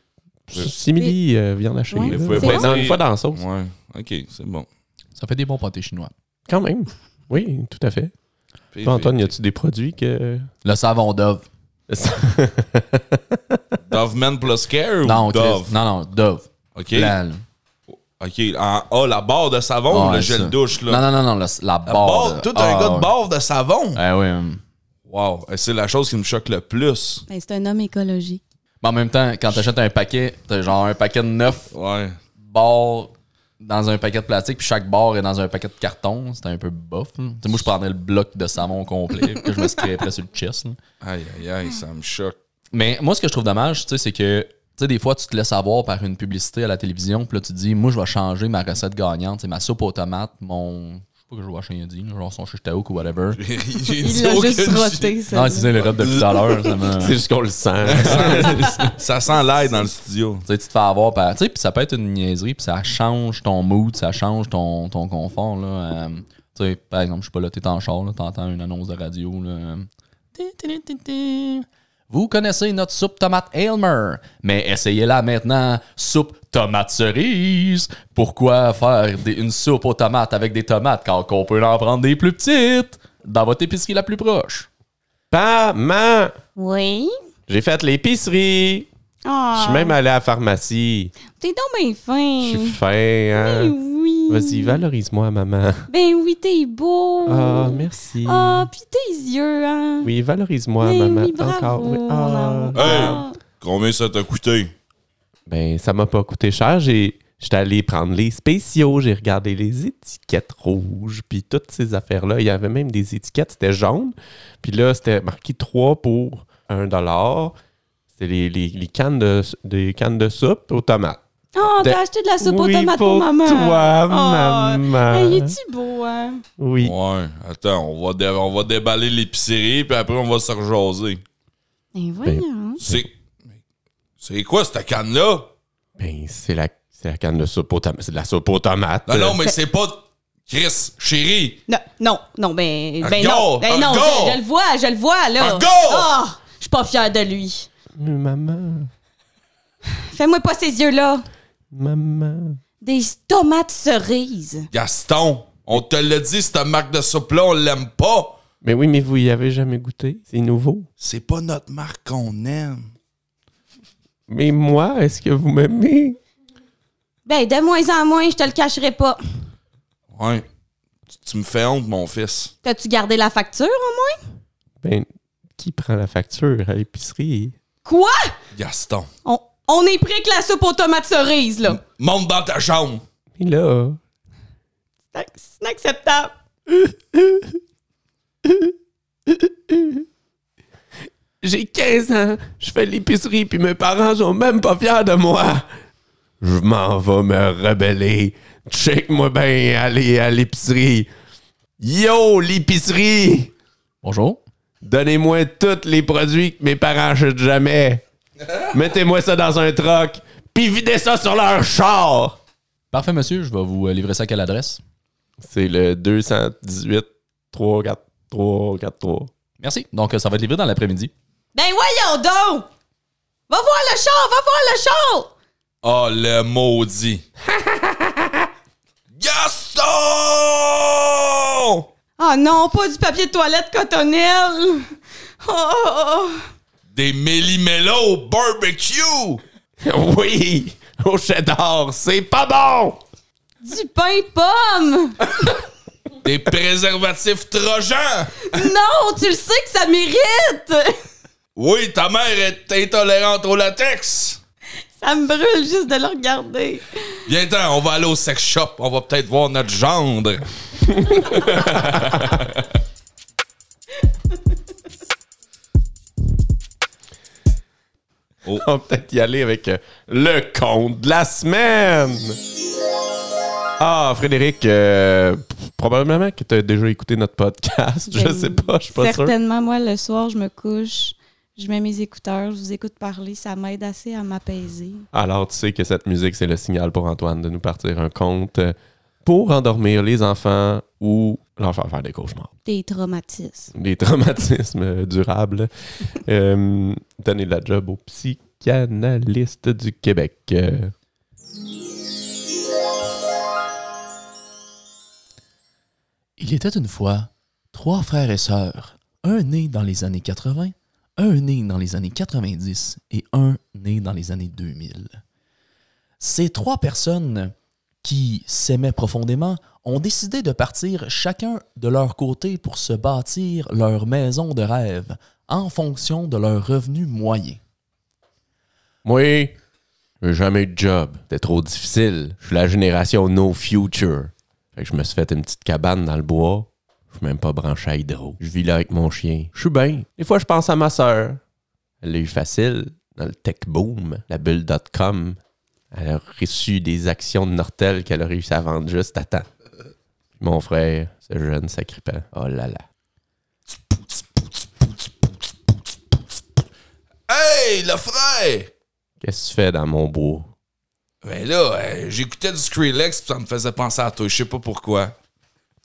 [SPEAKER 3] simili euh, viande hachée.
[SPEAKER 2] Ouais.
[SPEAKER 3] là.
[SPEAKER 1] Vous pouvez
[SPEAKER 2] C'est
[SPEAKER 3] Ben,
[SPEAKER 1] pas
[SPEAKER 3] dans-
[SPEAKER 1] dire-
[SPEAKER 3] une fois dans la sauce.
[SPEAKER 1] Ouais. OK, c'est bon.
[SPEAKER 4] Ça fait des bons pâtés chinois.
[SPEAKER 3] Quand même. Oui, tout à fait.
[SPEAKER 1] PVT.
[SPEAKER 3] Toi, Antoine, y a-tu des produits que.
[SPEAKER 4] Le savon Dove.
[SPEAKER 1] Dove Man plus Care ou
[SPEAKER 4] Non, Chris.
[SPEAKER 1] Dove?
[SPEAKER 4] Non, non, Dove.
[SPEAKER 1] OK.
[SPEAKER 4] Blanc, là.
[SPEAKER 1] OK. En- ah, la barre de savon ou
[SPEAKER 4] Ouais,
[SPEAKER 1] le gel
[SPEAKER 4] ça.
[SPEAKER 1] douche, là?
[SPEAKER 4] Non, non, non, non, le- la
[SPEAKER 1] La
[SPEAKER 4] barre.
[SPEAKER 1] barre,
[SPEAKER 4] là.
[SPEAKER 1] tout
[SPEAKER 4] Ah,
[SPEAKER 1] un gars
[SPEAKER 4] ouais.
[SPEAKER 1] de barre de savon.
[SPEAKER 4] Eh oui. hum.
[SPEAKER 1] Wow, c'est la chose qui me choque le plus.
[SPEAKER 2] Ben, c'est un homme écologique.
[SPEAKER 4] Mais en même temps, quand t'achètes un paquet, t'as genre un paquet de neuf
[SPEAKER 1] Ouais.
[SPEAKER 4] barres dans un paquet de plastique, puis chaque barre est dans un paquet de carton. C'était un peu bof. là. Tu sais, Moi, je prendrais le bloc de savon complet que je me scraperais sur le chest. là.
[SPEAKER 1] Aïe, aïe, aïe, ça me choque.
[SPEAKER 4] Mais moi, ce que je trouve dommage, tu sais, c'est que tu sais, des fois, tu te laisses avoir par une publicité à la télévision, puis là, tu te dis, moi, je vais changer ma recette gagnante, c'est ma soupe aux tomates, mon. Je sais pas que je vois chez Indy, genre son shish-taouk ou whatever.
[SPEAKER 1] J'ai
[SPEAKER 2] Il
[SPEAKER 1] dit
[SPEAKER 2] l'a
[SPEAKER 1] aucune
[SPEAKER 2] juste
[SPEAKER 1] chose.
[SPEAKER 2] roté, ça.
[SPEAKER 4] Non, c'est ça, le rap depuis tout à l'heure. ça me-
[SPEAKER 3] C'est juste qu'on le sent.
[SPEAKER 1] Ça sent l'air dans le studio.
[SPEAKER 4] Tu sais, tu te fais avoir par. Tu sais, puis ça peut être une niaiserie, puis ça change ton mood, ça change ton, ton confort. Là. Euh, tu sais, par exemple, je sais pas là, t'es en char, là, t'entends une annonce de radio. Là. euh, Tin, tin, tin, tin. Vous connaissez notre soupe tomate Aylmer, mais essayez-la maintenant. Soupe tomate cerise. Pourquoi faire des- une soupe aux tomates avec des tomates quand on peut en prendre des plus petites dans votre épicerie la plus proche?
[SPEAKER 3] Maman,
[SPEAKER 2] Oui.
[SPEAKER 3] j'ai fait l'épicerie. Je
[SPEAKER 2] Ah, Mm.
[SPEAKER 3] suis même allé à la pharmacie.
[SPEAKER 2] T'es donc bien
[SPEAKER 3] Je suis
[SPEAKER 2] fin.
[SPEAKER 3] fin,
[SPEAKER 2] Ben
[SPEAKER 3] hein?
[SPEAKER 2] oui.
[SPEAKER 3] Vas-y, valorise-moi, maman.
[SPEAKER 2] Ben oui, t'es beau.
[SPEAKER 3] Ah, merci.
[SPEAKER 2] Ah, puis tes yeux, hein.
[SPEAKER 3] Oui, valorise-moi,
[SPEAKER 2] Ben
[SPEAKER 3] maman.
[SPEAKER 2] oui, bravo.
[SPEAKER 3] Encore. oui. Ah.
[SPEAKER 2] non. Ah.
[SPEAKER 1] Combien ça t'a coûté?
[SPEAKER 3] Ben, ça m'a pas coûté cher. J'ai. J'étais allé prendre les spéciaux, j'ai regardé les étiquettes rouges, puis toutes ces affaires-là. Il y avait même des étiquettes, c'était jaune. Puis là, c'était marqué 3 pour 1 dollar. C'était les, les, les cannes de, des cannes de soupe aux tomates.
[SPEAKER 2] Ah,
[SPEAKER 3] De-
[SPEAKER 2] t'as acheté de la soupe aux
[SPEAKER 3] oui,
[SPEAKER 2] tomates
[SPEAKER 3] pour
[SPEAKER 2] pour maman.
[SPEAKER 3] toi,
[SPEAKER 2] Ah.
[SPEAKER 3] maman.
[SPEAKER 2] Hey, es-tu beau, hein?
[SPEAKER 3] Oui.
[SPEAKER 1] Ouais, attends, on va, dé- on va déballer l'épicerie, puis après on va se rejaser.
[SPEAKER 2] Ben voyons.
[SPEAKER 1] C'est. C'est quoi cette canne-là?
[SPEAKER 3] Ben, c'est la, c'est la canne de soupe aux tomates. C'est de la soupe aux tomates.
[SPEAKER 1] Ben Non, non, mais c'est pas. Chris, chérie!
[SPEAKER 2] Non, non, non, ben, ben
[SPEAKER 1] Encore,
[SPEAKER 2] non. Ben non,
[SPEAKER 1] encore.
[SPEAKER 2] je, je le vois, je le vois, là.
[SPEAKER 1] Encore.
[SPEAKER 2] Ah, je suis pas fière de lui.
[SPEAKER 3] Mais Euh, maman,
[SPEAKER 2] Fais-moi pas ces yeux-là.
[SPEAKER 3] maman.
[SPEAKER 2] Des tomates cerises.
[SPEAKER 1] Gaston, on te l'a dit, cette marque de soupe-là, on l'aime pas!
[SPEAKER 3] Mais oui, mais vous y avez jamais goûté. C'est nouveau.
[SPEAKER 1] C'est pas notre marque qu'on aime.
[SPEAKER 3] Mais moi, est-ce que vous m'aimez?
[SPEAKER 2] Ben, de moins en moins, je te le cacherai pas.
[SPEAKER 1] Ouais. Tu, tu me fais honte, mon fils.
[SPEAKER 2] T'as-tu gardé la facture, au moins?
[SPEAKER 3] Ben, qui prend la facture à l'épicerie?
[SPEAKER 2] Quoi?
[SPEAKER 1] Gaston,
[SPEAKER 2] On, on est prêt que la soupe aux tomates cerises, là.
[SPEAKER 1] monte dans ta chambre!
[SPEAKER 3] Mais là,
[SPEAKER 2] C'est c'est inacceptable.
[SPEAKER 3] j'ai 15 ans, je fais l'épicerie, puis mes parents sont même pas fiers de moi. Je m'en vais me rebeller. Check-moi bien aller à l'épicerie. Yo, l'épicerie!
[SPEAKER 4] Bonjour.
[SPEAKER 3] Donnez-moi tous les produits que mes parents achètent jamais. Mettez-moi ça dans un troc, puis videz ça sur leur char.
[SPEAKER 4] Parfait, monsieur, je vais vous euh, livrer ça à quelle adresse?
[SPEAKER 3] C'est le 218 343 343.
[SPEAKER 4] Merci. Donc, euh, ça va être livré dans l'après-midi.
[SPEAKER 2] Ben voyons donc! Va voir le char, va voir le char!
[SPEAKER 1] Ah, le maudit. Gaston!
[SPEAKER 2] Ah non, pas du papier de toilette cotonnelle! Oh, oh, oh.
[SPEAKER 1] Des méli-mélos au barbecue!
[SPEAKER 3] Oui, au cheddar, c'est pas bon!
[SPEAKER 2] Du pain pomme!
[SPEAKER 1] Des préservatifs trojans!
[SPEAKER 2] non, tu le sais que ça mérite!
[SPEAKER 1] Oui, ta mère est intolérante au latex!
[SPEAKER 2] ça me brûle juste de le regarder.
[SPEAKER 1] Viens-t'en, on va aller au sex shop, on va peut-être voir notre gendre.
[SPEAKER 3] On va peut-être y aller avec euh, le conte de la semaine. Ah, Frédéric, euh, probablement que tu as déjà écouté notre podcast. Je
[SPEAKER 2] Ben,
[SPEAKER 3] sais pas, je suis pas sûr.
[SPEAKER 2] Certainement, moi, le soir, je me couche, je mets mes écouteurs, je vous écoute parler, ça m'aide assez à m'apaiser.
[SPEAKER 3] Alors, tu sais que cette musique, c'est le signal pour Antoine de nous partir un conte euh, pour endormir les enfants ou leur faire faire des cauchemars.
[SPEAKER 2] Des traumatismes.
[SPEAKER 3] Des traumatismes euh, durables. Euh, donner de la job aux psychanalystes du Québec. Euh,
[SPEAKER 4] Il était une fois trois frères et sœurs, un né dans les années 80, un né dans les années 90 et un né dans les années 2000. Ces trois personnes qui s'aimaient profondément ont décidé de partir chacun de leur côté pour se bâtir leur maison de rêve en fonction de leurs revenus moyens.
[SPEAKER 3] Moi, j'ai jamais eu de job. C'était trop difficile. Je suis la génération no future. Fait que je me suis fait une petite cabane dans le bois. Je suis même pas branché à hydro. Je vis là avec mon chien. Je suis bien. Des fois, je pense à ma sœur. Elle l'a eu facile dans le tech boom, la bulle.com. Elle a reçu des actions de Nortel qu'elle a réussi à vendre juste à temps. Puis mon frère, ce jeune sacripant. Oh là là.
[SPEAKER 1] Hey, le frère!
[SPEAKER 3] Qu'est-ce que tu fais dans mon bois?
[SPEAKER 1] Ben là, euh, j'écoutais du Skrillex pis ça me faisait penser à toi, je sais pas pourquoi.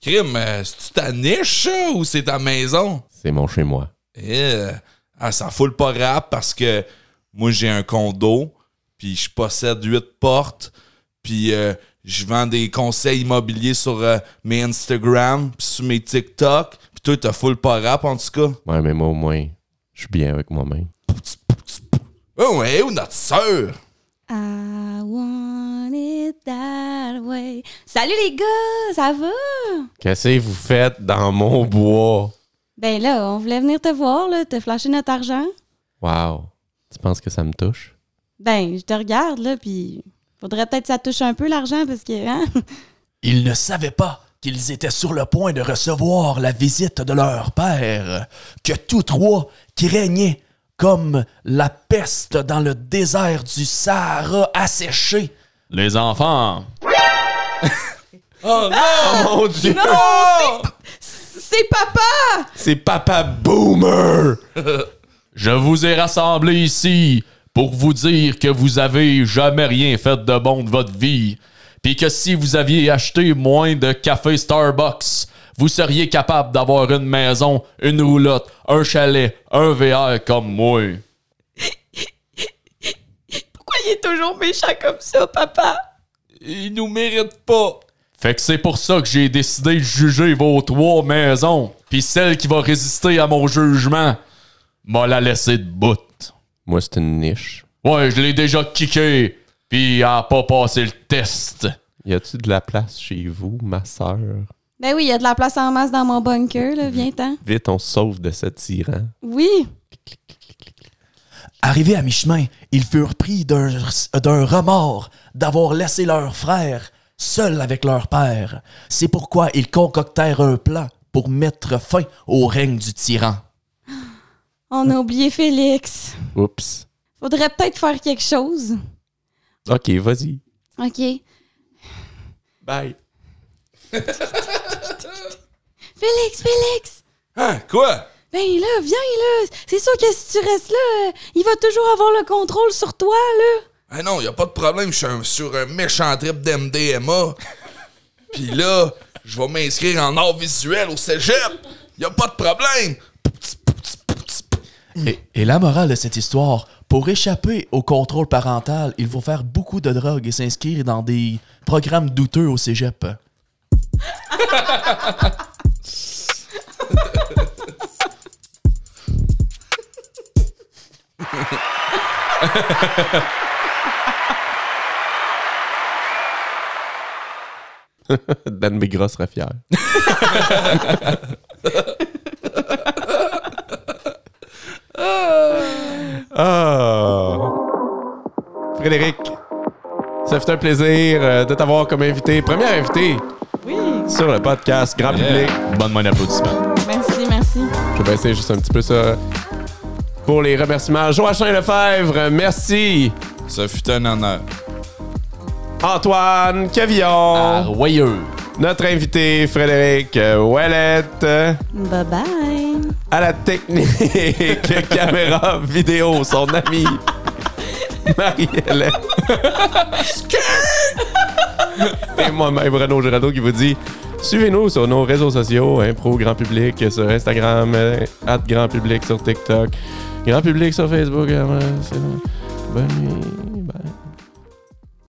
[SPEAKER 1] Crime, euh, c'est-tu ta niche ça, ou c'est ta maison?
[SPEAKER 3] C'est mon chez moi.
[SPEAKER 1] Eh, ah, ça fout le pas rap parce que moi j'ai un condo, puis je possède huit portes, puis euh, je vends des conseils immobiliers sur euh, mes Instagram, puis sur mes TikTok, puis toi t'as full pas rap en tout cas.
[SPEAKER 3] Ouais, mais moi au moins, je suis bien avec moi-même.
[SPEAKER 1] Oh, ouais, où notre sœur?
[SPEAKER 2] I want it that way. Salut les gars, ça va?
[SPEAKER 3] Qu'est-ce que vous faites dans mon bois?
[SPEAKER 2] Ben là, on voulait venir te voir, là, te flasher notre argent.
[SPEAKER 3] Wow. Tu penses que ça me touche?
[SPEAKER 2] Ben, je te regarde, là, puis faudrait peut-être que ça touche un peu l'argent parce que, hein?
[SPEAKER 4] Ils ne savaient pas qu'ils étaient sur le point de recevoir la visite de leur père, que tous trois, qui régnaient comme la peste dans le désert du Sahara asséché, les enfants,
[SPEAKER 3] Oh mon dieu!
[SPEAKER 2] C'est papa!
[SPEAKER 3] C'est Papa Boomer!
[SPEAKER 4] je vous ai rassemblés ici pour vous dire que vous avez jamais rien fait de bon de votre vie, puis que si vous aviez acheté moins de café Starbucks, vous seriez capable d'avoir une maison, une roulotte, un chalet, un VR comme moi.
[SPEAKER 2] Pourquoi il est toujours méchant comme ça, papa?
[SPEAKER 1] Il nous mérite pas.
[SPEAKER 4] Fait que c'est pour ça que j'ai décidé de juger vos trois maisons. Puis celle qui va résister à mon jugement, m'a la laissé de bout.
[SPEAKER 3] Moi, c'est une niche.
[SPEAKER 4] Ouais, je l'ai déjà kické. Puis elle a pas passé le test.
[SPEAKER 3] Y a-tu de la place chez vous, ma sœur?
[SPEAKER 2] Ben oui, il y a de la place en masse dans mon bunker, là, viens-t'en.
[SPEAKER 3] Vite, on se sauve de ce tyran.
[SPEAKER 2] Oui,
[SPEAKER 4] Arrivés à mi-chemin, ils furent pris d'un d'un remords d'avoir laissé leur frère seul avec leur père. C'est pourquoi ils concoctèrent un plan pour mettre fin au règne du tyran.
[SPEAKER 2] on a oublié Félix.
[SPEAKER 3] Oups.
[SPEAKER 2] Faudrait peut-être faire quelque chose.
[SPEAKER 3] Ok, vas-y.
[SPEAKER 2] OK.
[SPEAKER 3] Bye.
[SPEAKER 2] Félix, Félix!
[SPEAKER 1] Hein, quoi?
[SPEAKER 2] Ben là, viens là! C'est sûr que si tu restes là, euh, il va toujours avoir le contrôle sur toi, là!
[SPEAKER 1] Ah non, y a pas de problème, je suis un- sur un méchant trip d'MDMA. Puis là, je vais m'inscrire en art visuel au cégep. Y a pas de problème.
[SPEAKER 4] Et, et la morale de cette histoire,
[SPEAKER 6] Pour échapper au contrôle parental, il faut faire beaucoup de drogue et s'inscrire dans des programmes douteux au cégep.
[SPEAKER 3] Dan Bigras serait fier. Ah. Frédéric, ça fait un plaisir euh, de t'avoir comme invité, premier invité
[SPEAKER 2] Oui,
[SPEAKER 3] sur le podcast Grand Public.
[SPEAKER 1] Bonne main d'applaudissement.
[SPEAKER 2] merci, merci.
[SPEAKER 3] Je vais baisser juste un petit peu ça pour les remerciements. Joachim Lefebvre, merci.
[SPEAKER 1] Ça fut un honneur.
[SPEAKER 3] Antoine Cavillon,
[SPEAKER 4] Ah. Royeux.
[SPEAKER 3] notre invité Frédéric euh, Ouellette. euh,
[SPEAKER 2] Bye bye.
[SPEAKER 3] à la technique caméra vidéo, son ami Marie-Hélène. Et moi-même, Renaud Girado, qui vous dit suivez-nous sur nos réseaux sociaux, Impro Grand Public sur Instagram, euh, at Grand Public sur TikTok, Grand Public sur Facebook. euh, c'est- Bonne nuit.